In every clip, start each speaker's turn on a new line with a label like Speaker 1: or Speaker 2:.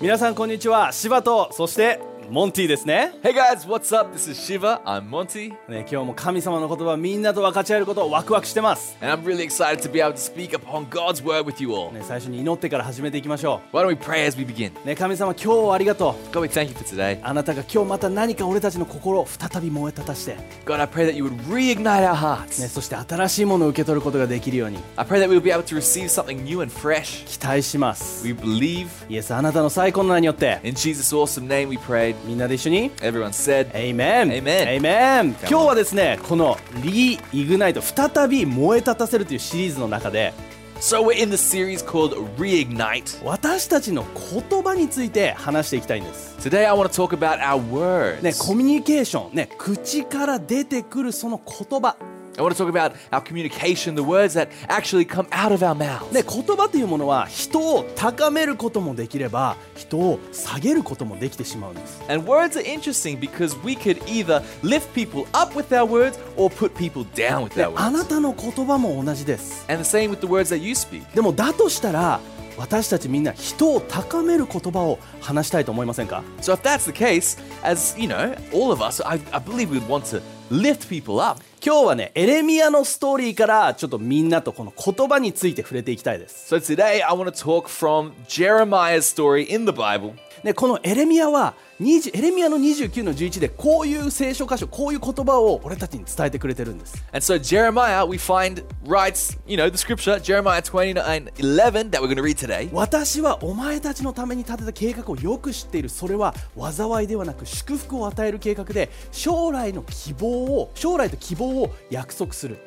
Speaker 1: 皆さんこんにちは柴とそしてモンティですね
Speaker 2: Hey guys, what's up? This is Shiva. I'm Monty,
Speaker 1: ね今日も神様の言葉をみんなと分かち合えることをワクワクしてます、
Speaker 2: and I'm really excited to be able to speak upon God's word with you all.
Speaker 1: ね、最初に祈ってから始めていきましょ
Speaker 2: Why don't we pray as we begin?
Speaker 1: う、ね、神様今日はありがとう
Speaker 2: God, we thank you for today.
Speaker 1: あなたが今日また何か俺たちの心を再び燃え立たして、ね、
Speaker 2: God, I pray that you would reignite our hearts.
Speaker 1: そして新しいものを受け取ることができるように
Speaker 2: I pray that we would be able to receive something new and fresh.
Speaker 1: 期待しますイ
Speaker 2: We believe.
Speaker 1: エスあなたの最高の名によって
Speaker 2: In Jesus' awesome name we prayed.
Speaker 1: みんなで一緒に
Speaker 2: Everyone said,
Speaker 1: Amen.
Speaker 2: Amen.
Speaker 1: Amen. 今日はですね、このリイグナイト再び燃え立たせるというシリーズの中で、
Speaker 2: So we're in the series called Reignite.
Speaker 1: 私たちの言葉について話していきたいんです。
Speaker 2: Today I want to talk about our
Speaker 1: ね、
Speaker 2: words.
Speaker 1: コミュニケーション、ね、口から出てくるその言葉。
Speaker 2: I want to talk about our communication, the words that actually come out of our mouths.
Speaker 1: ね、言葉というものは人を高めることもできれば人を下げることもできてしまうんです
Speaker 2: And words are interesting because we could either lift people up with our words or put people down with
Speaker 1: で
Speaker 2: our
Speaker 1: あな
Speaker 2: words.
Speaker 1: たの言葉も同じです
Speaker 2: And the same with the words that you speak.
Speaker 1: でもだとしたら私たちみんな人を高める言葉を話したいと思いませんか
Speaker 2: So if that's the case, as you know, all of us, I, I believe we'd want to lift people up.
Speaker 1: 今日はねエレミアのストーリーからちょっとみんなとこの言葉について触れていきたいです、
Speaker 2: So today I want to talk from Jeremiah's story in the Bible.
Speaker 1: ね、このエレミアは20エレミアの29の11でこういう聖書箇所こういう言葉を俺たちに伝えてくれてるんです
Speaker 2: And so Jeremiah, we find, writes, you know, the scripture, Jeremiah 29 11, that we're going to read today.
Speaker 1: 私はお前たちのために立てた計画をよく知っているそれは災いではなく祝福を与える計画で将来の希望を将来と希望を約束する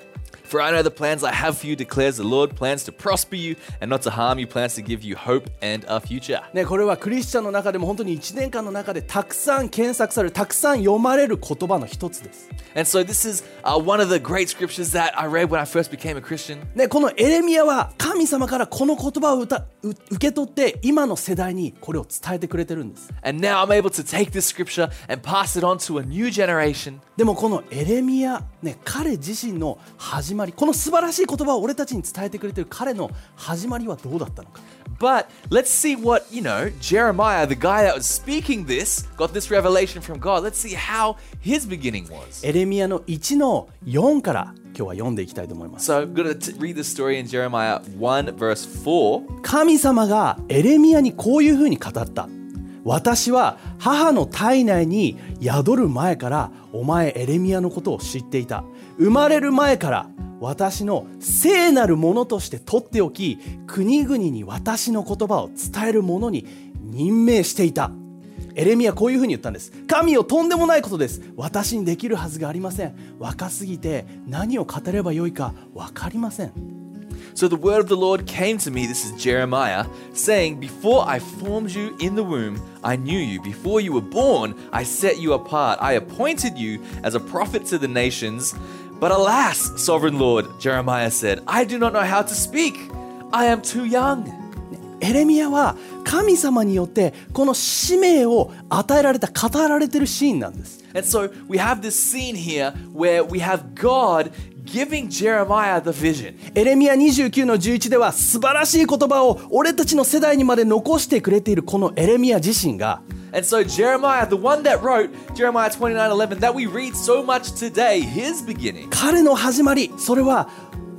Speaker 2: For I know the plans I have for you, declares the Lord plans to prosper you and not to harm you, plans to give you hope and a future.
Speaker 1: ね、これはクリスチャンの中でも本当に1年間の中でたくさん検索されるたくさん読まれる言葉の一つです
Speaker 2: And so this is uh, one of the great scriptures that I read when I first became a Christian.
Speaker 1: ね、このエレミアは神様からこの言葉をうたう受け取って今の世代にこれを伝えてくれてるんです
Speaker 2: And now I'm able to take this scripture and pass it on to a new generation.
Speaker 1: でもこのエレミア、ね、彼自身の始まりこの素晴らしい言葉を俺たちに伝えてくれてる彼の始まりはどうだったのか
Speaker 2: But let's see what, you know, Jeremiah, the guy that was speaking this, got this revelation from God. Let's see how his beginning was.
Speaker 1: エレミアの1の4から今日は読んでいきたいと思います
Speaker 2: So I'm going to read this story in Jeremiah 1, verse 4.
Speaker 1: 神様がエレミアにこういうふうに語った私は母の体内に宿る前からお前エレミアのことを知っていた生まれる前から私の聖なるものとして取っておき国々に私の言葉を伝えるものに任命していたエレミアこういうふうに言ったんです神よとんでもないことです私にできるはずがありません若すぎて何を語ればよいか分かりません
Speaker 2: So the word of the Lord came to me, this is Jeremiah, saying, Before I formed you in the womb, I knew you. Before you were born, I set you apart. I appointed you as a prophet to the nations. But alas, sovereign Lord, Jeremiah said, I do not know how to speak. I am too young.
Speaker 1: エレミアは神様によってこの使命を与えられた語られてるシーンなんです
Speaker 2: And so we have this scene here where we have God giving Jeremiah the vision.
Speaker 1: エレミア29の11では素晴らしい言葉を俺たちの世代にまで残してくれているこのエレミア自身が
Speaker 2: And so Jeremiah, the one that wrote Jeremiah 29:11 that we read so much today, his beginning
Speaker 1: 彼の始まりそれは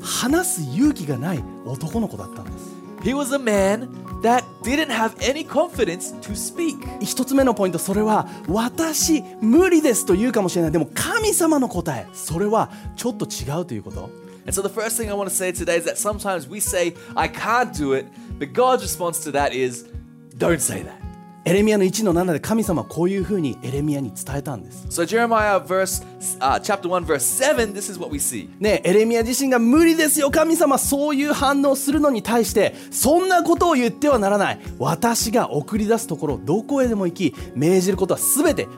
Speaker 1: 話す勇気がない男の子だったんです
Speaker 2: He was a man that didn't have any confidence to speak.
Speaker 1: 一つ目のポイントそれは私無理ですと言うかもしれないでも神様の答えそれはちょっと違うということ
Speaker 2: And so, the first thing I want to say today is that sometimes we say, I can't do it, but God's response to that is, don't say that.
Speaker 1: エレミアの1の7で神様はこういうふうにエレミアに伝えたんです
Speaker 2: So, Jeremiah verse, uh, chapter 1, verse 7, this is what we see.
Speaker 1: ねエレミア自身が無理ですよ神様そういう反応するのに対してそんなことを言ってはならない私が送り出すところどこへでも行き命じることは全て語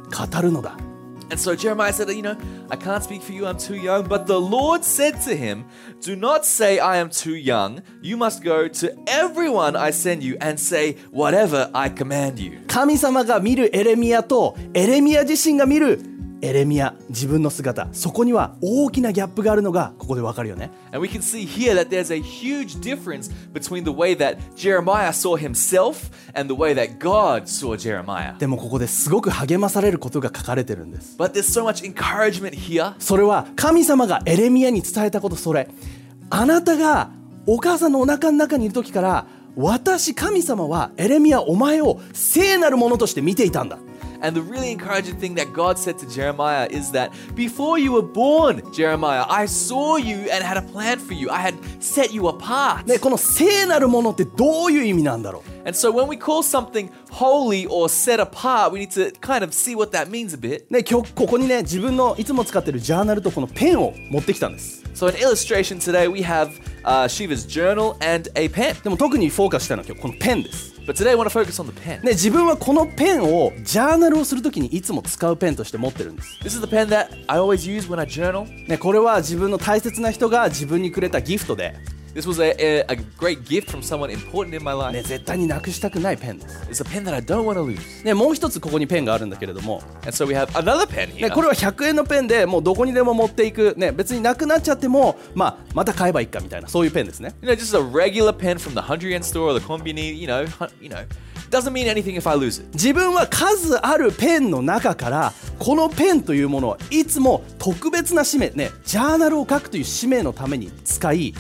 Speaker 1: るのだ
Speaker 2: And so, Jeremiah said, You know, I can't speak for you, I'm too young. But the Lord said to him, Do not say, I am too young. You must go to everyone I send you and say whatever I command you.
Speaker 1: 神様が見るエレミアとエレミア自身が見るエレミア自分の姿そこには大きなギャップがあるのがここでわかるよね
Speaker 2: And we can see here that there's a huge difference between the way that Jeremiah saw himself and the way that God saw Jeremiah.
Speaker 1: でもここですごく励まされることが書かれてるんです
Speaker 2: But there's so much encouragement here.
Speaker 1: それは神様がエレミアに伝えたことそれあなたがお母さんのお腹の中にいる時から私神様はエレミアお前を聖なるものとして見ていたんだ
Speaker 2: And the really encouraging thing that God said to Jeremiah is that before you were born, Jeremiah, I saw you and had a plan for you. I had set you apart.
Speaker 1: ねこの聖なるものってどういう意味なんだろ
Speaker 2: And so when we call something holy or set apart, we need to kind of see what that means a bit.
Speaker 1: うね今日ここにね自分のいつも使ってるジャーナルとこのペンを持ってきたんです
Speaker 2: So in illustration today, we have uh, Shiva's journal and a pen.
Speaker 1: でも特にフォーカスしたのは今日このペンです、
Speaker 2: But today, I want to focus on the pen.
Speaker 1: ね、自分はこのペンをジャーナルをするときにいつも使うペンとして持ってるんです
Speaker 2: This is the pen that I always use when I journal.
Speaker 1: ね、これは自分の大切な人が自分にくれたギフトで、
Speaker 2: This was a, a, a great gift from someone important in my life.
Speaker 1: ね、絶対になくしたくないペンです、
Speaker 2: It's a pen that I don't want to lose.
Speaker 1: ね、もう一つここにペンがあるんだけれども、
Speaker 2: And so we have another pen
Speaker 1: ね、
Speaker 2: here.
Speaker 1: これは100円のペンでもうどこにでも持っていく、ね、別になくなっちゃっても、まあ、また買えばいいかみたいなそういうペンですね
Speaker 2: You know, just a regular pen from the 100 yen store or the konbini, you know, hun- you know. Doesn't mean anything if I lose it.
Speaker 1: 自分は数あるペンの中からこのペンというものはいつも特別な使命、ね、ジャーナルを書くという使命のために使い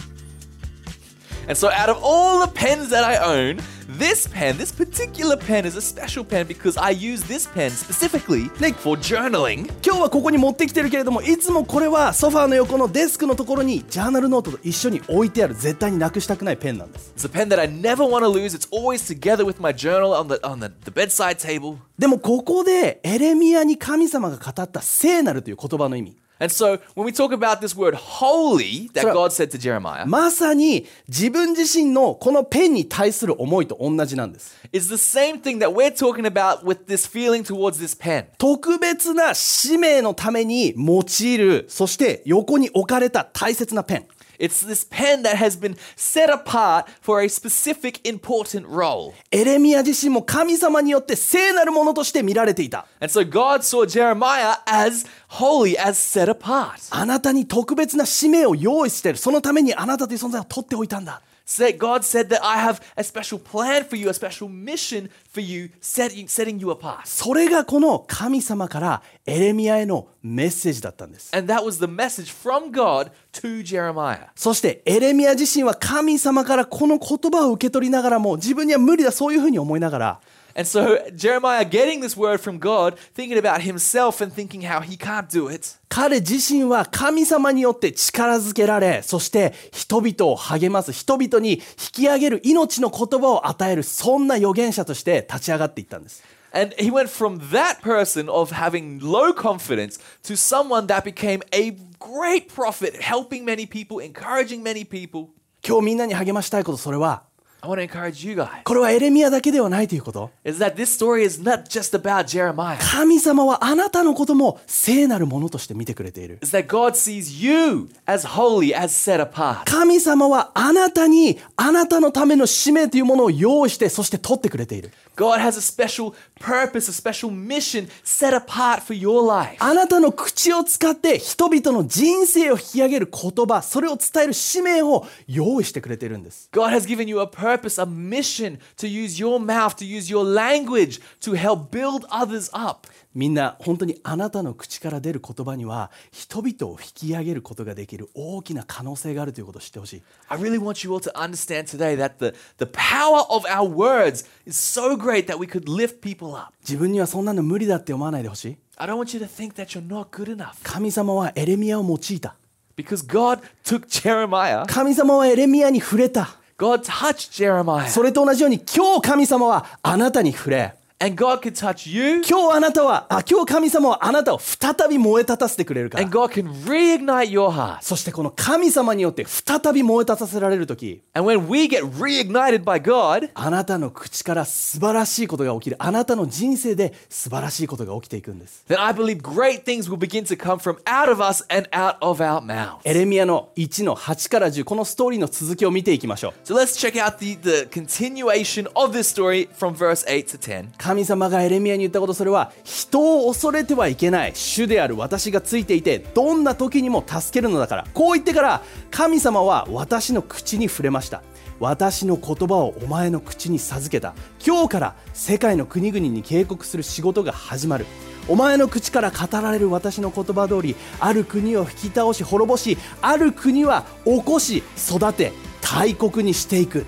Speaker 2: And so out of all the pens that I own, this pen, this particular pen is a special pen because I use this pen specifically
Speaker 1: Nick.
Speaker 2: for journaling.
Speaker 1: 今日はここに持ってきてるけれどもいつもこれはソファーの横のデスクのところにジャーナルノートと一緒に置いてある絶対になくしたくないペンなんです
Speaker 2: It's a pen that I never want to lose. It's always together with my journal on the on the, the bedside table.
Speaker 1: でもここでエレミアに神様が語った聖なるという言葉の意味
Speaker 2: And so when we talk about this word holy that
Speaker 1: So-
Speaker 2: God said to Jeremiah,
Speaker 1: まさに自分自身のこのペンに対する思いと同じなんです
Speaker 2: is the same thing that we're talking about with this feeling towards this pen.
Speaker 1: 特別な使命のために用いるそして横に置かれた大切なペン
Speaker 2: It's this pen that has been set apart for a specific important role.
Speaker 1: エレミア自身も神様によって聖なるものとして見られていた
Speaker 2: And so God saw Jeremiah as holy, as set apart.
Speaker 1: あなたに特別な使命を用意しているそのためにあなたという存在を取っておいたんだ
Speaker 2: Said- God said that I have a special plan for you, a special mission for you, setting, setting you apart.
Speaker 1: それがこの神様からエレミアへのメッセージだったんです
Speaker 2: And that was the message from God to Jeremiah.
Speaker 1: そしてエレミア自身は神様からこの言葉を受け取りながらも自分には無理だそういうふうに思いながら
Speaker 2: And so Jeremiah getting this word from God, thinking about himself and thinking how he can't do it.
Speaker 1: 彼自身は神様によって力づけられそして人々を励ます人々に引き上げる命の言葉を与えるそんな預言者として立ち上がっていったんです
Speaker 2: And he went from that person of having low confidence to someone that became a great prophet, helping many people, encouraging many people.
Speaker 1: 今日みんなに励ましたいことそれは
Speaker 2: I want to encourage you guys
Speaker 1: これはエレミアだけではないということ
Speaker 2: is that this story is not just about Jeremiah.
Speaker 1: 神様はあなたのことも聖なるものとして見てくれている
Speaker 2: It's that God sees you as holy, as set apart.
Speaker 1: 神様はあなたにあなたのための使命というものを用意してそして取ってくれている
Speaker 2: God has a special purpose, a special mission set apart for your life.
Speaker 1: あなたの口を使って人々の人生を引き上げる言葉、それを伝える使命を用意してくれているんです。
Speaker 2: God has given you a purpose, a mission to use your mouth, to use your language to help build others up.
Speaker 1: みんな本当にあなたの口から出る言葉には人々を引き上げることができる大きな可能性があるということを知ってほしい。
Speaker 2: I really want you all to understand today that the, the power of our words is so great that we could lift people up.
Speaker 1: 自分にはそんなの無理だって思わないでほしい。
Speaker 2: I don't want you to think that you're not good enough
Speaker 1: 神様はエレミアを用いた。
Speaker 2: because God took Jeremiah,
Speaker 1: 神様はエレミアに触れた。
Speaker 2: God touched Jeremiah,
Speaker 1: それと同じように今日神様はあなたに触れ。
Speaker 2: and God can touch you,
Speaker 1: 今日あなたは、あ、今日神様はあなたを再び燃え立たせてくれるから
Speaker 2: and。God can reignite your heart.
Speaker 1: そしてこの神様によって再び燃え立たせられる時
Speaker 2: And when we get reignited by God,
Speaker 1: あなたの口から素晴らしいことが起きるあなたの人生で素晴らしいことが起きていくんです
Speaker 2: then I believe great things will begin to come from out of us and out of our mouth.
Speaker 1: エレミアの1の8から10このストーリーの続きを見ていきましょう
Speaker 2: So let's check out the, the continuation of this story from verse 8 to 10.
Speaker 1: 神神様がエレミアに言ったことそれは人を恐れてはいけない主である私がついていてどんな時にも助けるのだからこう言ってから神様は私の口に触れました私の言葉をお前の口に授けた今日から世界の国々に警告する仕事が始まるお前の口から語られる私の言葉通りある国を引き倒し滅ぼしある国は起こし育て大国にしていく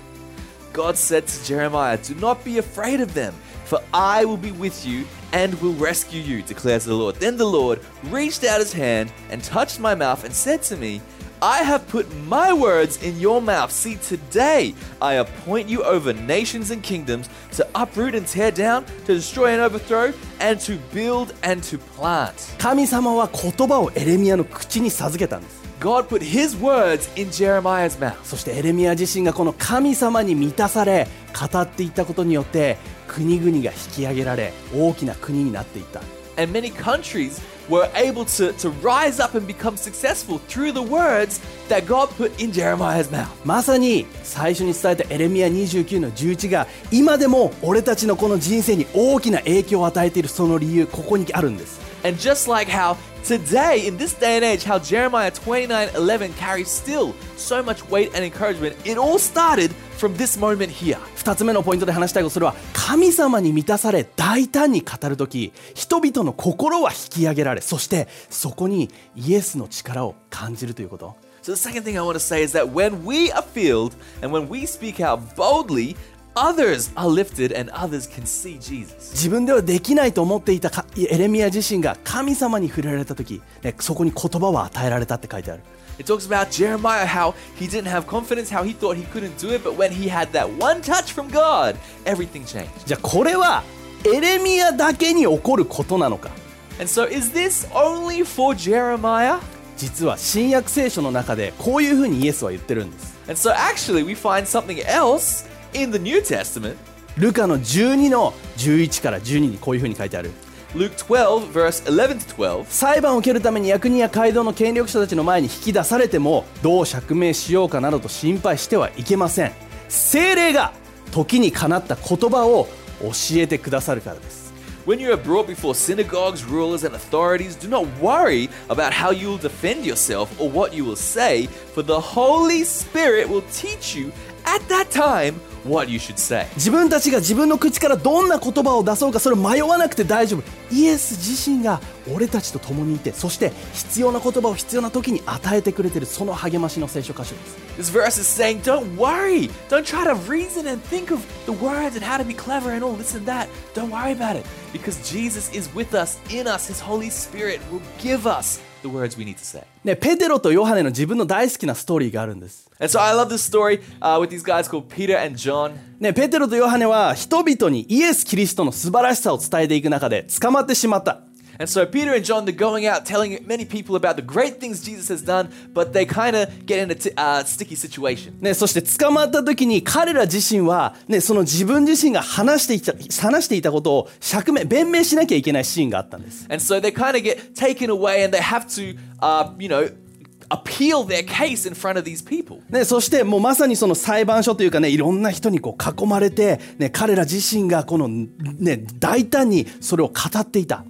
Speaker 2: God said to Jeremiah, Do not be afraid of them, for I will be with you and will rescue you, declares the Lord. Then the Lord reached out his hand and touched my mouth and said to me, I have put my words in your mouth. See, today I appoint you over nations and kingdoms to uproot and tear down, to destroy and overthrow, and to build and to plant.
Speaker 1: 神様は言葉をエレミアの口に授けたんです
Speaker 2: God put his words in Jeremiah's mouth.
Speaker 1: そしてエレミア自身がこの神様に満たされ語っていったことによって国々が引き上げられ大きな国になっていった
Speaker 2: and many countries were able to, to rise up and become successful through the words that God put in Jeremiah's mouth.
Speaker 1: まさに最初に伝えたエレミア29の11が今でも俺たちのこの人生に大きな影響を与えているその理由ここにあるんです
Speaker 2: And just like how today, in this day and age, how Jeremiah 29 11 carries still so much weight and encouragement, it all started from this moment here.
Speaker 1: 2つ目のポイントで話したいことそれは神様に満たされ大胆に語る時人々の心は引き上げられそしてそこにイエスの力を感じるということ
Speaker 2: So, the second thing I want to say is that when we are filled and when we speak out boldly, others are lifted and others can see Jesus.
Speaker 1: 自分ではできないと思っていたかエレミア自身が神様に触れられた時、ね、そこに言葉を与えられたって書いてある
Speaker 2: It talks about Jeremiah how he didn't have confidence, how he thought he couldn't do it, but when he had that one touch from God, everything changed.
Speaker 1: じゃあこれはエレミアだけに起こることなのか
Speaker 2: And so, is this only for Jeremiah?
Speaker 1: 実は新約聖書の中でこういうふうにイエスは言ってるんです
Speaker 2: And so, actually, we find something else in the New Testament.
Speaker 1: ルカの12の11から12にこういうふうに書いてある
Speaker 2: Luke 12, verse 11 to 12.
Speaker 1: 裁判を受けるために役人や街道の権力者たちの前に引き出されてもどう釈明しようかなどと心配してはいけません精霊が時にかなった言葉を教えてくださるからです
Speaker 2: When you are brought before synagogues, rulers, and authorities, do not worry about how you will defend yourself or what you will say, for the Holy Spirit will teach you at that time what you should say.
Speaker 1: 自分たちが自分の口からどんな言葉を出そうかそれ迷わなくて大丈夫イエス自身が俺たちと共にいてそして必要な言葉を必要な時に与えてくれてるその励ましの聖書箇所です
Speaker 2: This verse is saying, don't worry. Don't try to reason and think of the words and how to be clever and all this and that. Don't worry about it because Jesus is with us, in us. His Holy Spirit will give us the words we need to say.
Speaker 1: ねペテロとヨハネの自分の大好きなストーリーがあるんです
Speaker 2: And so I love this story uh, with these guys called Peter and John.
Speaker 1: ねペテロとヨハネは人々にイエス・キリストの素晴らしさを伝えていく中で捕まってしまった
Speaker 2: And so Peter and John, they're going out telling many people about the great things Jesus has done, but they kind of get in a t- uh, sticky situation.
Speaker 1: ね、そして捕まった時に彼ら自身は、ね、その自分自身が話していた話していたことを釈明弁明しなきゃいけないシーンがあったんです
Speaker 2: And so they kind of get taken away and they have to, uh, you know, appeal their case in front of these people.
Speaker 1: ね、そしてもうまさにその裁判所というかねいろんな人にこう囲まれて、ね、彼ら自身がこの、ね、大胆にそれを語っていた。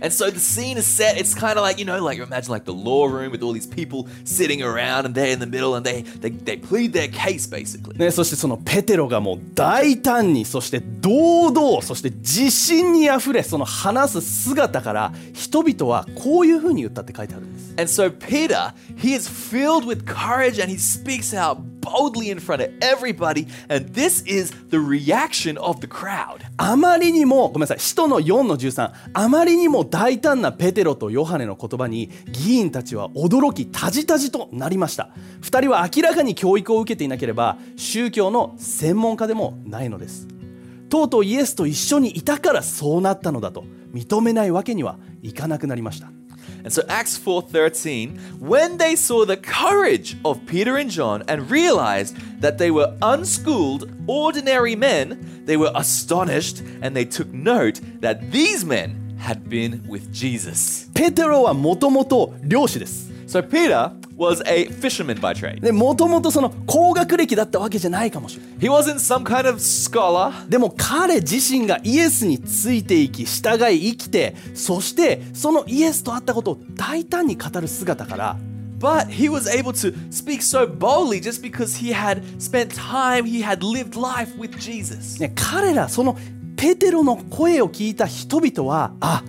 Speaker 2: And so the scene is set. It's kind of like you know, like imagine like the law room with all these people sitting around, and they're in the middle, and they they, they plead their case basically.
Speaker 1: ね、そしてそのペテロがもう大胆にそして堂々そして自信にあふれその話す姿から人々はこういうふうに言ったって書いてあるんです。
Speaker 2: And so Peter, he is filled with courage, and he speaks out boldly in front of everybody. And this is the reaction of the crowd.
Speaker 1: あまりにもごめんなさい使徒の4の13あまりにも大胆なペテロとヨハネの言葉に議員たちは驚きたじたじとなりました2人は明らかに教育を受けていなければ宗教の専門家でもないのですとうとうイエスと一緒にいたからそうなったのだと認めないわけにはいかなくなりました
Speaker 2: And so Acts 4:13, when they saw the courage of Peter and John and realized that they were unschooled, ordinary men, they were astonished and they took note that these men had been with Jesus.
Speaker 1: ペテロはもともと漁師です
Speaker 2: So So Peter was a fisherman by trade.
Speaker 1: でもともとその高学歴だったわけじゃないかもしれない
Speaker 2: He wasn't some kind of scholar.
Speaker 1: でも彼自身がイエスについていき従い生きてそしてそのイエスと会ったことを大胆に語る姿から
Speaker 2: But he was able to speak so boldly just because he had spent time, he had lived life with Jesus.
Speaker 1: ね、彼らそのペテロの声を聞いた人々はあ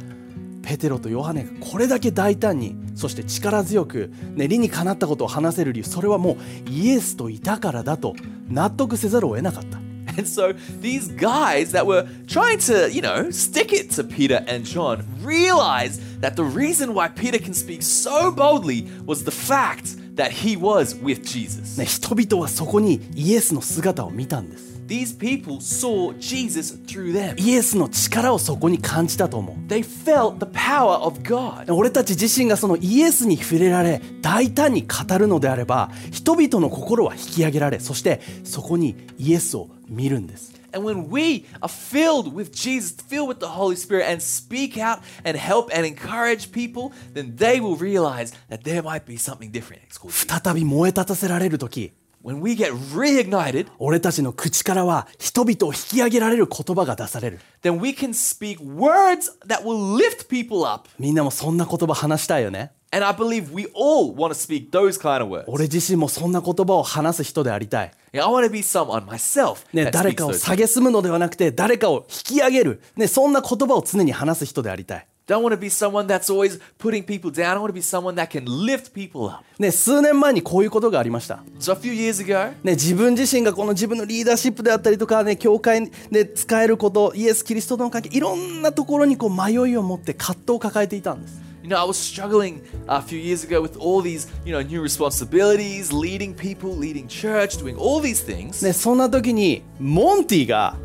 Speaker 1: ペテロとヨハネがこれだけ大胆にそして力強く、ね、理にかなったことを話せる理由それはもうイエスといたからだと納得せざるを得なかった
Speaker 2: And so these guys that were trying to, you know, stick it to Peter and John realized that the reason why Peter can speak so boldly was the fact that he was with Jesus.
Speaker 1: ね、人々はそこにイエスの姿を見たんです
Speaker 2: These people saw Jesus through them.
Speaker 1: イエスの力をそこに感じたと思う
Speaker 2: They felt the power of God.
Speaker 1: 俺たち自身がそのイエスに触れられ大胆に語るのであれば人々の心は引き上げられそしてそこにイエスを見るんです
Speaker 2: And when we are filled with Jesus, filled with the Holy Spirit, and speak out and help and encourage people, then they will realize that there might be something different. It's called.
Speaker 1: 再び燃え立たせられる時
Speaker 2: When we get reignited,
Speaker 1: 俺たちの口からは人々を引き上げられる言葉が出される
Speaker 2: then we can speak words that will lift people up.
Speaker 1: みんなもそんな言葉話したいよね
Speaker 2: And I believe we all want to speak those kind of words.
Speaker 1: 俺自身もそんな言葉を話す人でありたい
Speaker 2: Yeah, I want to be someone myself
Speaker 1: ね、
Speaker 2: that
Speaker 1: 誰
Speaker 2: speaks
Speaker 1: かを
Speaker 2: those.
Speaker 1: 下げすむのではなくて誰かを引き上げる、ね、そんな言葉を常に話す人でありたい、
Speaker 2: Don't want to be someone that's always putting people down. I want to be someone that can lift people up.
Speaker 1: ね、数年前にこういうことがありました、
Speaker 2: So a few years ago,
Speaker 1: ね、自分自身がこの自分のリーダーシップであったりとか、ね、教会で使えることイエス・キリストとの関係いろんなところにこう迷いを持って葛藤を抱えていたんです、
Speaker 2: You know, I was struggling uh, a few years ago with all these, you know, new responsibilities, leading people, leading church, doing all these things.
Speaker 1: ね、そんな時にモンティが、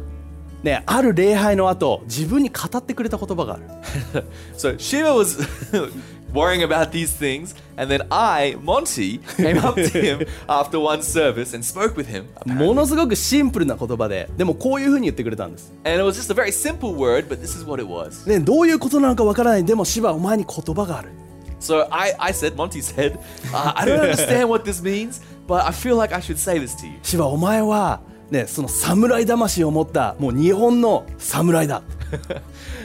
Speaker 1: ね、ある礼拝の後自分に語ってくれた言葉がある
Speaker 2: So Shiva was worrying about these things, and then I, Monty, came up to him after one service and spoke with him.
Speaker 1: ものすごくシンプルな言葉ででもこういうふうに言ってくれたんです、
Speaker 2: And it was just a very simple word, but this is what it was.
Speaker 1: ね、どういうことなのかわからないでも芝お前に言葉がある
Speaker 2: So I, I said, Monty said, uh, I don't understand what this means, but I feel like I should say this to you.
Speaker 1: 芝お前は、ね、その侍魂を持ったもう日本の侍だ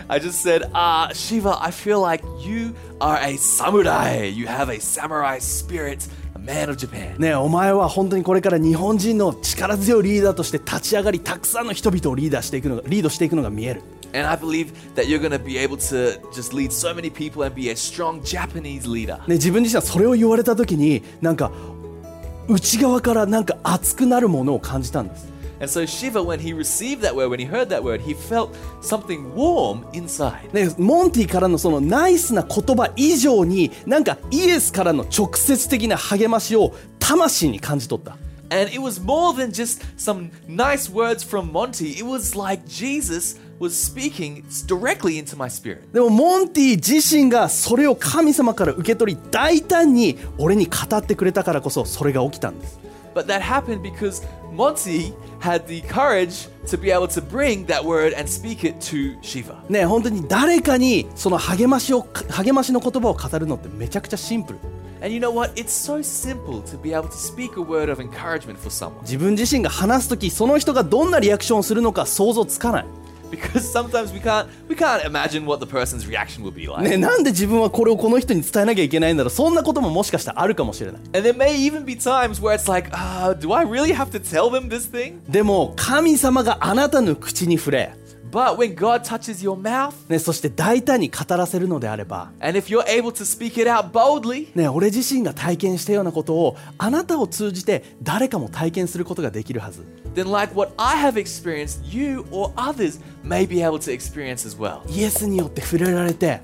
Speaker 2: I just said, ah, Shiva, I feel like you are a samurai. You have a samurai spirit, a man of Japan.
Speaker 1: ねお前は本当にこれから日本人の力強いリーダーとして立ち上がりたくさんの人々をリーダーしていくのがリードしていくのが見える
Speaker 2: And I believe that you're going to be able to just lead so many people and be a strong Japanese leader.
Speaker 1: ね、自分自身はそれを言われた時になんか内側からなんか熱くなるものを感じたんです
Speaker 2: And so Shiva, when he received that word, when he heard that word, he felt something warm inside.
Speaker 1: ね、モンティからのそのナイスな言葉以上になんかイエスからの直接的な励ましを魂に感じ取った、
Speaker 2: And it was more than just some nice words from Monty. It was like Jesus was speaking directly into my spirit.
Speaker 1: でもモンティ自身がそれを神様から受け取り大胆に俺に語ってくれたからこそそれが起きたんです
Speaker 2: But that happened because Monty had the courage to be able to bring that word and speak it to Shiva.
Speaker 1: ね本当に誰かにその励ましを励ましの言葉を語るのってめちゃくちゃシンプル
Speaker 2: And you know what? It's so simple to be able to speak a word of encouragement for someone.
Speaker 1: 自分自身が話す時その人がどんなリアクションをするのか想像つかない
Speaker 2: Because sometimes we can't we can't imagine what the person's reaction will be like.
Speaker 1: ね、なんで自分はこれをこの人に伝えなきゃいけないんだろうそんなことももしかしたらあるかもしれない
Speaker 2: And there may even be times where it's like, ah, do I really have to tell them this thing?
Speaker 1: でも神様があなたの口に触れ、
Speaker 2: But when God touches your mouth,
Speaker 1: ね、そして大胆に語らせるのであれば、
Speaker 2: and if you're able to speak it out boldly,
Speaker 1: ね、俺自身が体験したようなことをあなたを通じて誰かも体験することができるはず
Speaker 2: then like what I have experienced, you or others may be able to experience as well.
Speaker 1: イエスによって触れられて、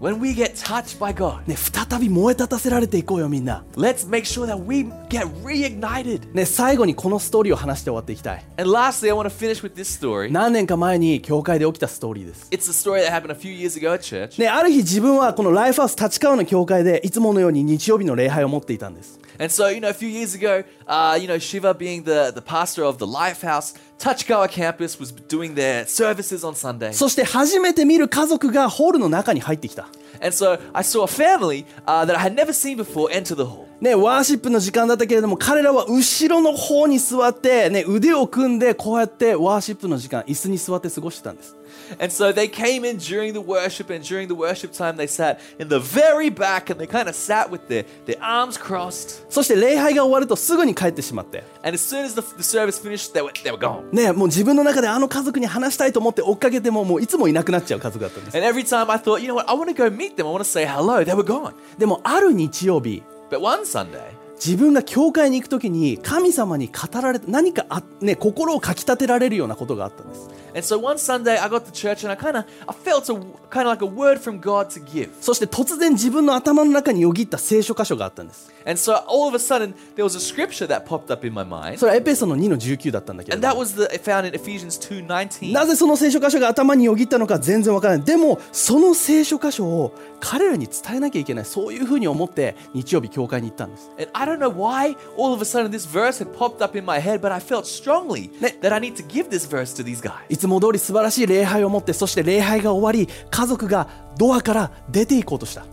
Speaker 2: When we get touched by God,
Speaker 1: ね、再び燃え立たせられていこうよみんな、
Speaker 2: Let's make sure that we get reignited.
Speaker 1: ね、最後にこのストーリーを話して終わっていきたい
Speaker 2: And lastly, I want to finish with this story.
Speaker 1: 何年か前に教会で起きたストーリーです、
Speaker 2: It's a story that happened a few years ago at church.
Speaker 1: ね、ある日自分はこのライフハウス立川の教会でいつものように日曜日の礼拝を持っていたんです
Speaker 2: And so, you know, a few years ago, uh, you know, Shiva being the, the pastor of the Lifehouse, Tachikawa campus was doing their services on Sunday.
Speaker 1: そして初めて見る家族がホールの中に入ってきた。
Speaker 2: and so I saw a family uh, that I had never seen before enter the hall.
Speaker 1: ね、ワーシップの時間だったけれども、彼らは後ろの方に座って、ね、腕を組んで、こうやってワーシップの時間、椅子に座って過ごしてたんです。
Speaker 2: And so they came in during the worship, and during the worship time, they sat in the very back and they kind of sat with their, their arms crossed.
Speaker 1: そして礼拝が終わるとすぐに帰ってしまって、
Speaker 2: And as soon as the, the service finished, they were, they were gone.
Speaker 1: ね、もう自分の中であの家族に話したいと思って追っかけても、もういつもいなくなっちゃう家族だったんです。
Speaker 2: And every time I thought, you know what, I want to go meet them, I want to say hello, they were gone.
Speaker 1: でも、ある日曜日、
Speaker 2: But one Sunday,
Speaker 1: 自分が教会に行くときに、神様に語られた、何かあ、ね、心をかき立てられるようなことがあったんです。
Speaker 2: and so one Sunday, I got to church and I kind of I felt a kind of like a word from God to give.
Speaker 1: そして突然自分の頭の中によぎった聖書箇所があったんです。
Speaker 2: And so all of a sudden, there was a scripture that popped up in my mind,
Speaker 1: それはエペソの2の19だったんだけれ
Speaker 2: and
Speaker 1: ども
Speaker 2: that was the found in Ephesians two nineteen.
Speaker 1: なぜその聖書箇所が頭によぎったのか全然わからない。でも、その聖書箇所を彼らに伝えなきゃいけない。そういうふうに思って日曜日教会に行ったんです。
Speaker 2: And I don't know why all of a sudden this verse had popped up in my head, but I felt strongly
Speaker 1: Ne-
Speaker 2: that I need to give this verse to these guys.
Speaker 1: いつも通り素晴らしい礼拝を持って、そして礼拝が終わり、家族がドアから出て行こうとした。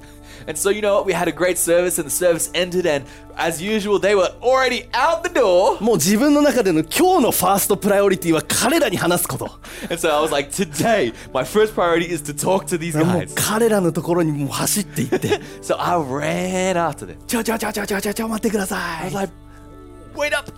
Speaker 2: And so, you know what? We had a great service, and the service ended, and as usual, they were already out the door.
Speaker 1: もう自分の中での今日のファーストプライオリティは彼らに話すこと。
Speaker 2: And so I was like, today, my first priority is to talk to these
Speaker 1: もう
Speaker 2: guys.
Speaker 1: 彼らのところにもう走って行って、
Speaker 2: So I ran after them.
Speaker 1: ちょちょちょちょちょちょちょ待ってくださ
Speaker 2: I
Speaker 1: い
Speaker 2: was。like, wait up.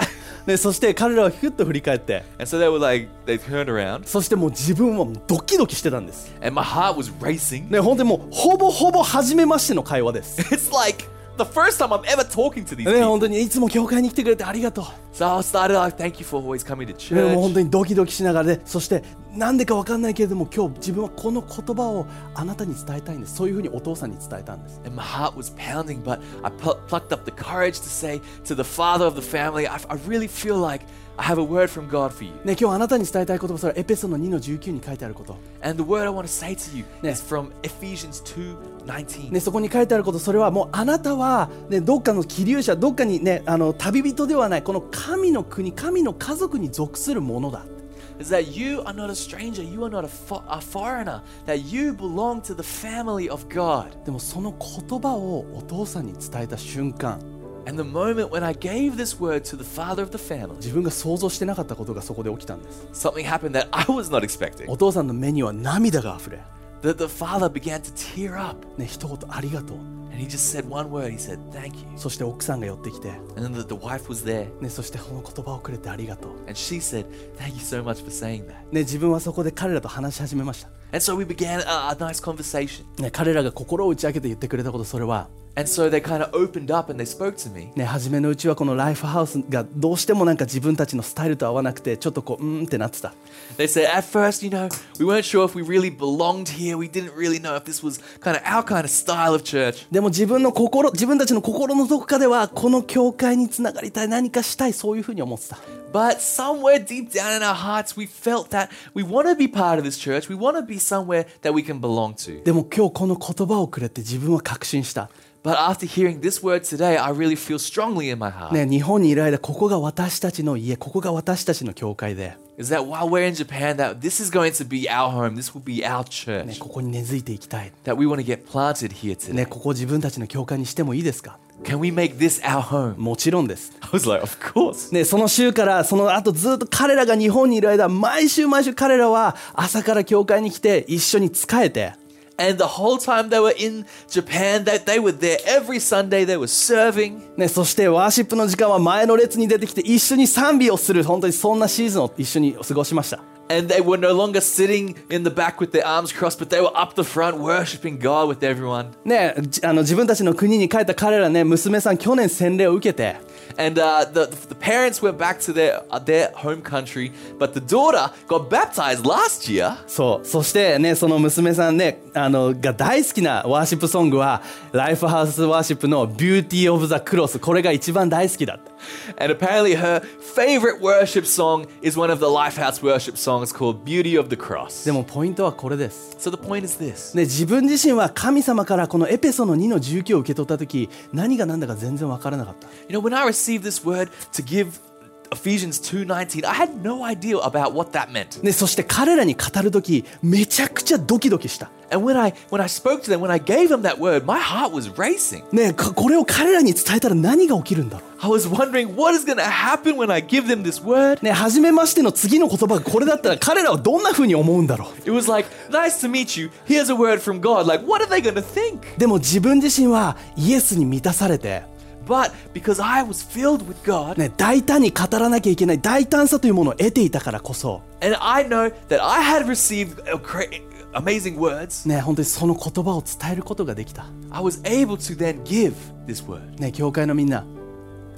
Speaker 1: ね、そして彼らはふっと振り返って、
Speaker 2: And so they were like, they turned around,
Speaker 1: そしてもう自分はもうドキドキしてたんです。
Speaker 2: and my heart was racing.
Speaker 1: ね、本当にもうほぼほぼ初めましての会話 です。
Speaker 2: It's like the first time I'm ever talking to
Speaker 1: ね、
Speaker 2: these people.
Speaker 1: 本当にいつも教会に来てくれてありがと
Speaker 2: So I started like, thank you for always coming to
Speaker 1: う。ね、もう
Speaker 2: church.
Speaker 1: 本当にドキドキしながらで、そしてなんでかわかんないけれども、今日自分はこの言葉をあなたに伝えたいんです。そういうふうにお父さんに伝えたんです。
Speaker 2: And my heart was pounding, but I pl- plucked up the courage to say to the father of the family, I, I really feel like I have a word from God for you.
Speaker 1: ね、今日あなたに伝えたい言葉、それはエペソの2の19に書いてあること。
Speaker 2: And the word I want to say to you
Speaker 1: Yeah.
Speaker 2: is from Ephesians 2 19.
Speaker 1: ね、そこに書いてあること、それはもうあなたは、ね、どっかの気流者、どっかにね、あの旅人ではない、この神の国、神の家族に属するものだ。
Speaker 2: Is that you are not a stranger, you are not a, fo- a foreigner, that you belong to the family of God.
Speaker 1: でもその言葉をお父さんに伝えた瞬間
Speaker 2: And the moment when I gave this word to the father of the family,
Speaker 1: 自分が想像してなかったことがそこで起きたんです
Speaker 2: something happened that I was not expecting.
Speaker 1: お父さんの目には涙があふれ、
Speaker 2: That the father began to tear up
Speaker 1: ね、一言ありがとう
Speaker 2: and he just said one word, he said, Thank you.
Speaker 1: そして奥さんが寄ってきて、
Speaker 2: And then the, the wife was there.
Speaker 1: ね、そしてこの言葉をくれてありがとう、
Speaker 2: And she said, Thank you so much for saying that.
Speaker 1: ね、自分はそこで彼らと話し始めました、
Speaker 2: And so we began a, a nice conversation.
Speaker 1: ね、彼らが心を打ち明けて言ってくれたことそれは、
Speaker 2: And so they kind of opened up and they spoke to me.
Speaker 1: ね、初めのうちはこのライフハウスがどうしてもなんか自分たちのスタイルと合わなくてちょっとこううーんってなってた
Speaker 2: They said, At first, you know, we weren't sure if we really belonged here. We didn't really know if this was kind of our kind of style of church.
Speaker 1: でも自分の心自分たちの心のどこかではこの教会につながりたい何かしたいそういうふうに思ってた
Speaker 2: But somewhere deep down in our hearts, we felt that we want to be part of this church. We want to be somewhere that we can belong to.
Speaker 1: でも今日この言葉をくれて自分は確信した、
Speaker 2: But after hearing this word today, I really feel strongly in my heart
Speaker 1: ね、日本にいる間ここが私たちの家ここが私たちの教会で、
Speaker 2: is that while we're in Japan, that this is going to be our home. This will be our
Speaker 1: ね
Speaker 2: church.
Speaker 1: ここに根付いていきたい、
Speaker 2: That we want to get planted here today.
Speaker 1: ね、ここを自分たちの教会にしてもいいですか
Speaker 2: Can we make this our home?
Speaker 1: もちろんです、
Speaker 2: I was like, Of course.
Speaker 1: ね、その週からその後ずっと彼らが日本にいる間毎週毎週彼らは朝から教会に来て一緒に仕えて
Speaker 2: And the whole time they were in Japan, that they were there every Sunday, they were serving.
Speaker 1: ね、そしてワーシップの時間は前の列に出てきて一緒に賛美をする本当にそんなシーズンを一緒に過ごしました
Speaker 2: And they were no longer sitting in the back with their arms crossed, but they were up the front worshiping God with everyone.
Speaker 1: ねじあの自分たちの国に帰った彼らね娘さん去年洗礼を受けて
Speaker 2: And uh, the, the parents went back to their, uh, their home country, but the daughter got baptized last year.
Speaker 1: そうそしてねその娘さんねあのが大好きなワーシップソングはライフハウスワーシップの「ビューティー・オブ・ザ・クロス」これが一番大好きだって
Speaker 2: And apparently, her favorite worship song is one of the Lifehouse worship songs called Beauty of the Cross.
Speaker 1: でもポイントはこれです、
Speaker 2: So the point is this
Speaker 1: ね、自分自身は神様からこのエペソの2の19を受け取った時何が何だか全然分からなかった
Speaker 2: you know, when I received this word to give Ephesians 2:19, I had no idea about what that meant.
Speaker 1: ね、そして彼らに語る時めちゃくちゃドキドキした、
Speaker 2: And when I when I spoke to them, when I gave them that word, my heart was racing.
Speaker 1: ね、かこれを彼らに伝えたら何が起きるんだろ
Speaker 2: I was wondering what is going to happen when I give them this word.
Speaker 1: う、ね、初めましての次の言葉がこれだったら彼らはどんな風に思うんだろう
Speaker 2: It was like, nice to meet you. Here's a word from God. Like, what are they going to think?
Speaker 1: でも自分自身はイエスに満たされて、
Speaker 2: But because I was filled with God,
Speaker 1: ね、大胆に語らなきゃいけない大胆さというものを得ていたからこそ、
Speaker 2: and I know that I had received a cra- amazing words,
Speaker 1: ね、本当にその言葉を伝えることができた、
Speaker 2: I was able to then give this word.
Speaker 1: ね、教会のみんな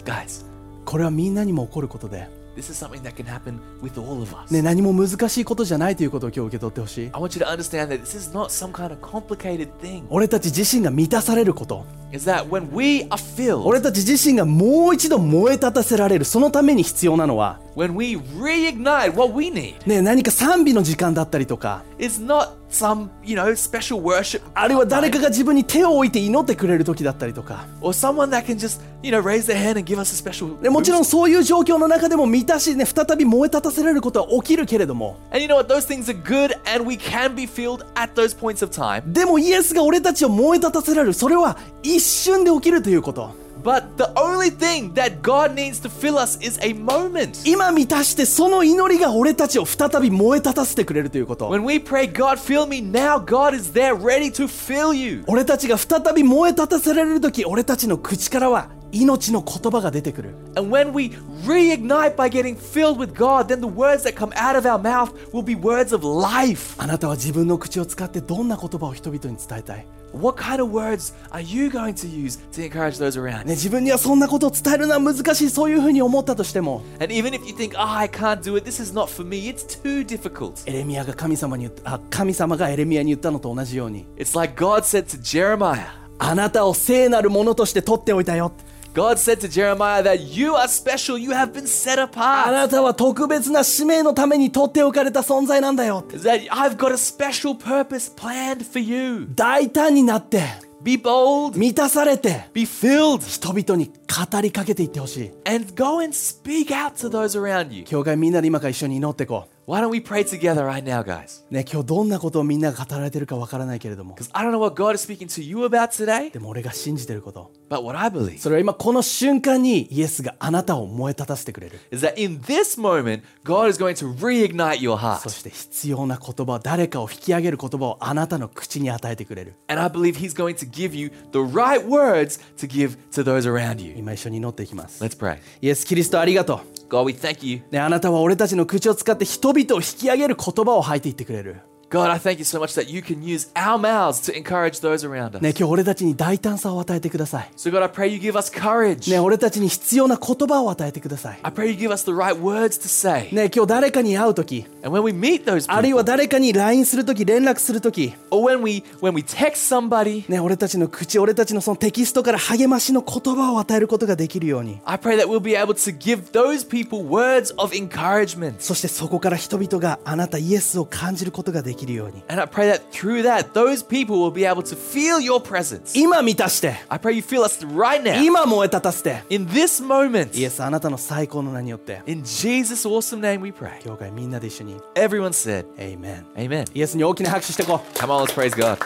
Speaker 2: Guys,
Speaker 1: これはみんなにも起こることで、
Speaker 2: this is something that can happen with all of us.
Speaker 1: ね、何も難しいことじゃないということを今日受け取ってほしい
Speaker 2: I want you to understand that this is not some kind of complicated thing.
Speaker 1: 俺たち自身が満たされること。
Speaker 2: Is that when we are filled,
Speaker 1: 俺たち自身がもう一度燃え立たせられるそのために必要なのは、
Speaker 2: when we reignite what we need,
Speaker 1: ね、何か賛美の時間だったりとか
Speaker 2: it's not some, you know, special worship
Speaker 1: あるいは誰かが自分に手を置いて祈ってくれる時だったりとか、
Speaker 2: or someone that can just, you know, raise their hand and give us a special.
Speaker 1: ね、もちろ
Speaker 2: boost.
Speaker 1: んそういう状況の中でも満たし、ね、再び燃え立たせられることは起きるけれども
Speaker 2: And you know what? Those things are good and we can be filled at those points of time.
Speaker 1: でもイエスが俺たちを燃え立たせられるそれは一瞬で起きるということ
Speaker 2: But the only thing that God needs to fill us is a moment.
Speaker 1: 今満たしてその祈りが俺たちを再び燃え立たせてくれるということ
Speaker 2: When we pray, God, fill me now, God is there ready to fill you.
Speaker 1: 俺たちが再び燃え立たせられる時俺たちの口からは命の言葉が出てくる
Speaker 2: And when we reignite by getting filled with God, then the words that come out of our mouth will be words of life.
Speaker 1: あなたは自分の口を使ってどんな言葉を人々に伝えたい、ね、
Speaker 2: What kind of words are you going to use to encourage those around? you?
Speaker 1: 自分にはそんなことを伝えるのは難しいそういうふうに思ったとしても
Speaker 2: And even if you think, ah, I can't do it, this is not for me, it's too difficult.
Speaker 1: エレミアが神様に言ったあ神様がエレミアに言ったのと同じように
Speaker 2: It's like God said to Jeremiah.
Speaker 1: あなたを聖なるものとして取っておいたよ
Speaker 2: God said to Jeremiah that you are special, you have been set
Speaker 1: あ
Speaker 2: apart.
Speaker 1: なたは特別な使命のために取っておかれた存在なんだよ
Speaker 2: Is That I've got a special purpose planned for you.
Speaker 1: 大胆になって
Speaker 2: Be bold,
Speaker 1: 満たされて
Speaker 2: be filled,
Speaker 1: 人々に語りかけていってほしい
Speaker 2: and go and speak out to those around you.
Speaker 1: 教会みんなで今から一緒に祈ってこ
Speaker 2: Why don't we pray together right now, guys?
Speaker 1: うね今日どんなことをみんなが語られてるかわからないけれども
Speaker 2: Because I don't know what God is speaking to you about today,
Speaker 1: でも俺が信じてること
Speaker 2: but what I believe
Speaker 1: それは今この瞬間にイエスがあなたを燃え立たせてくれる
Speaker 2: is that in this moment, God is going to reignite your
Speaker 1: そ
Speaker 2: heart.
Speaker 1: して必要な言葉誰かを引き上げる言葉をあなたの口に与えてくれる
Speaker 2: And I believe He's going to give you the right words to give to those around you.
Speaker 1: 今一緒に祈っていきます
Speaker 2: Let's pray.
Speaker 1: イエス・キリストありがとう
Speaker 2: God, we thank you.
Speaker 1: ね、あなたは俺たちの口を使って人々を引き上げる言葉を吐いていってくれる。
Speaker 2: God, I thank you so much that you can use our mouths to encourage those around us.
Speaker 1: ね、今日俺たちに大胆さを与えてください。
Speaker 2: So, God, I pray you give us courage.
Speaker 1: ね、俺たちに必要な言葉を与えてください。
Speaker 2: I pray you give us the right words to say.
Speaker 1: ね、今日誰かに会うとき、
Speaker 2: And when we meet those
Speaker 1: あるい
Speaker 2: people,
Speaker 1: は誰かに LINE するとき、連絡するとき、
Speaker 2: or when we when we text somebody,
Speaker 1: ね、俺たちの口、俺たちのそのテキストから励ましの言葉を与えることができるように、
Speaker 2: I pray that we'll be able to give those people words of encouragement.
Speaker 1: そしてそこから人々があなたイエスを感じることができるように、
Speaker 2: And I pray that through that, those people will be able to feel your presence.
Speaker 1: 今満たして、
Speaker 2: I pray you feel us right now,
Speaker 1: 今燃え立たせて、
Speaker 2: in this moment.
Speaker 1: イエスあなたの最高の名によって、
Speaker 2: In Jesus' awesome name we pray.
Speaker 1: 教会みんなで一緒に、
Speaker 2: Everyone said,
Speaker 1: エイメン。
Speaker 2: Amen.
Speaker 1: イエスに大きな拍手してこう。
Speaker 2: Come on, let's praise God.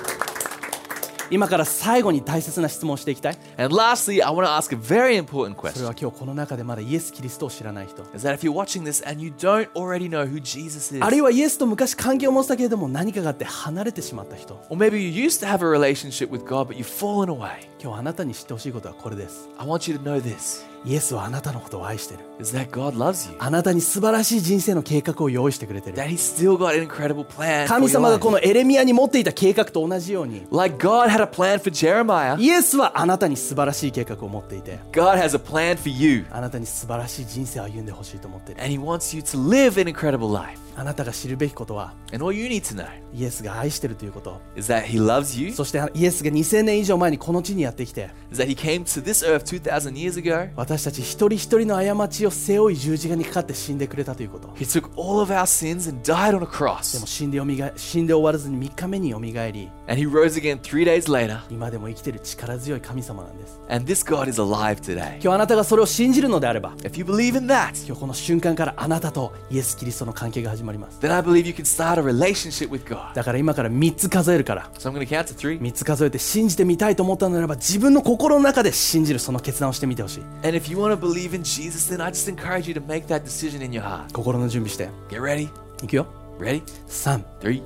Speaker 1: 今から最後に大切な質問をしていきたい
Speaker 2: And lastly, I want to ask a very important
Speaker 1: それ
Speaker 2: question.
Speaker 1: は今日この中でまだイエス・キリストを知らない人
Speaker 2: Is that if you're watching this and you don't already know who Jesus is,
Speaker 1: あるいはイエスと昔関係を持ってたけれども何かがあって離れてしまった人
Speaker 2: or maybe you used to have a relationship with God but you've fallen away,
Speaker 1: 今日あなたに知ってほしいことはこれです
Speaker 2: I want you to know this.
Speaker 1: イエスはあなたのことを愛してる
Speaker 2: is that God loves you,
Speaker 1: あなたに素晴らしい人生の計画を用意してくれてる
Speaker 2: that He's still got an incredible plan. For
Speaker 1: 神
Speaker 2: your
Speaker 1: 様が
Speaker 2: life.
Speaker 1: このエレミアに持っていた計画と同じように
Speaker 2: Like God had a plan for Jeremiah,
Speaker 1: イエスはあなたに素晴らしい計画を持っていて
Speaker 2: God has a plan for you,
Speaker 1: あなたに素晴らしい人生を歩んでほしいと思ってる
Speaker 2: and He wants you to live an incredible life.
Speaker 1: あなたが知るべきことは
Speaker 2: And all you need to know
Speaker 1: イエスが愛してるということ
Speaker 2: is that He loves you,
Speaker 1: そしてイエスが2000年以上前にこの地にやってきて
Speaker 2: is that He came to this earth 2,000 years ago.
Speaker 1: 私たち一人一人の過ちを背負い十字架にかかって死んでくれたということ
Speaker 2: He took all of our sins and died on
Speaker 1: で
Speaker 2: a
Speaker 1: も
Speaker 2: cross.
Speaker 1: 死んでよみが死んで終わらずに3日目によみがえり
Speaker 2: And He rose again three days later.
Speaker 1: 今でも生きてる力強い神様なんです
Speaker 2: And this God is alive
Speaker 1: 今
Speaker 2: today.
Speaker 1: 日あなたがそれを信じるのであれば
Speaker 2: If you believe in that,
Speaker 1: 今日この瞬間からあなたとイエス・キリストの関係が始まります
Speaker 2: then I believe you can start a relationship with God.
Speaker 1: だから今から3つ数えるから
Speaker 2: So I'm going to count to three.
Speaker 1: 3つ数えて信じてみたいと思ったのならば自分の心の中で信じるその決断をしてみてほしい
Speaker 2: And if you want to believe in Jesus, then I just encourage you to make that decision in your heart.
Speaker 1: 心の準備して
Speaker 2: Get ready.
Speaker 1: いくよ
Speaker 2: Ready?
Speaker 1: 321
Speaker 2: Three,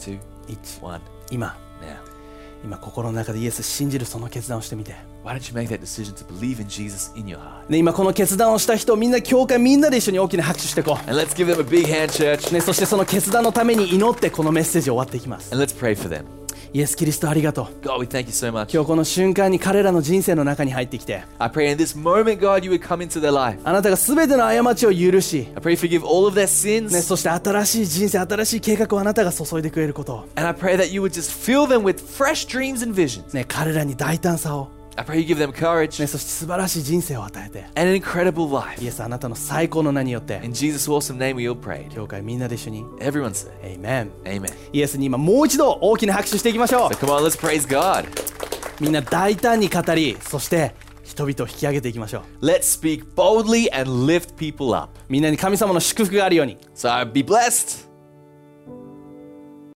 Speaker 2: two, one.
Speaker 1: 今
Speaker 2: Now,
Speaker 1: 今心の中でイエス信じるその決断をしてみて
Speaker 2: why don't you make that decision to believe in Jesus in your heart?
Speaker 1: ね今この決断をした人みんな教会みんなで一緒に大きな拍手していこ
Speaker 2: And let's give them a big hand, church.
Speaker 1: う、ね、そしてその決断のために祈ってこのメッセージ終わっていきます
Speaker 2: And let's pray for them.
Speaker 1: イエス・キリストありがとう
Speaker 2: God, we thank you so much.
Speaker 1: 今日この瞬間に彼らの人生の中に入ってきて
Speaker 2: I pray in this moment, God, you would come into their life.
Speaker 1: あなたが全ての過ちを許し
Speaker 2: I pray you forgive all of their
Speaker 1: ね、
Speaker 2: sins.
Speaker 1: そして新しい人生、新しい計画をあなたが注いでくれることを、
Speaker 2: And I pray that you would just fill them with fresh dreams and visions.
Speaker 1: ね、彼らに大胆さを、
Speaker 2: I pray you give them courage
Speaker 1: ね、
Speaker 2: and
Speaker 1: そして素晴らしい人生を与えて、
Speaker 2: an incredible life.
Speaker 1: イエス、あなたの最高の名によって、
Speaker 2: In Jesus' awesome name, we all prayed.
Speaker 1: 教会みんなで一緒に、
Speaker 2: Everyone said,
Speaker 1: エイメン。
Speaker 2: Amen.
Speaker 1: イエスに今もう一度大きな拍手していきましょう
Speaker 2: So come on, let's praise God.
Speaker 1: みんな大胆に語りそして人々を引き上げていきましょう
Speaker 2: Let's speak boldly and lift people up.
Speaker 1: みんなに神様の祝福があるように
Speaker 2: So be blessed.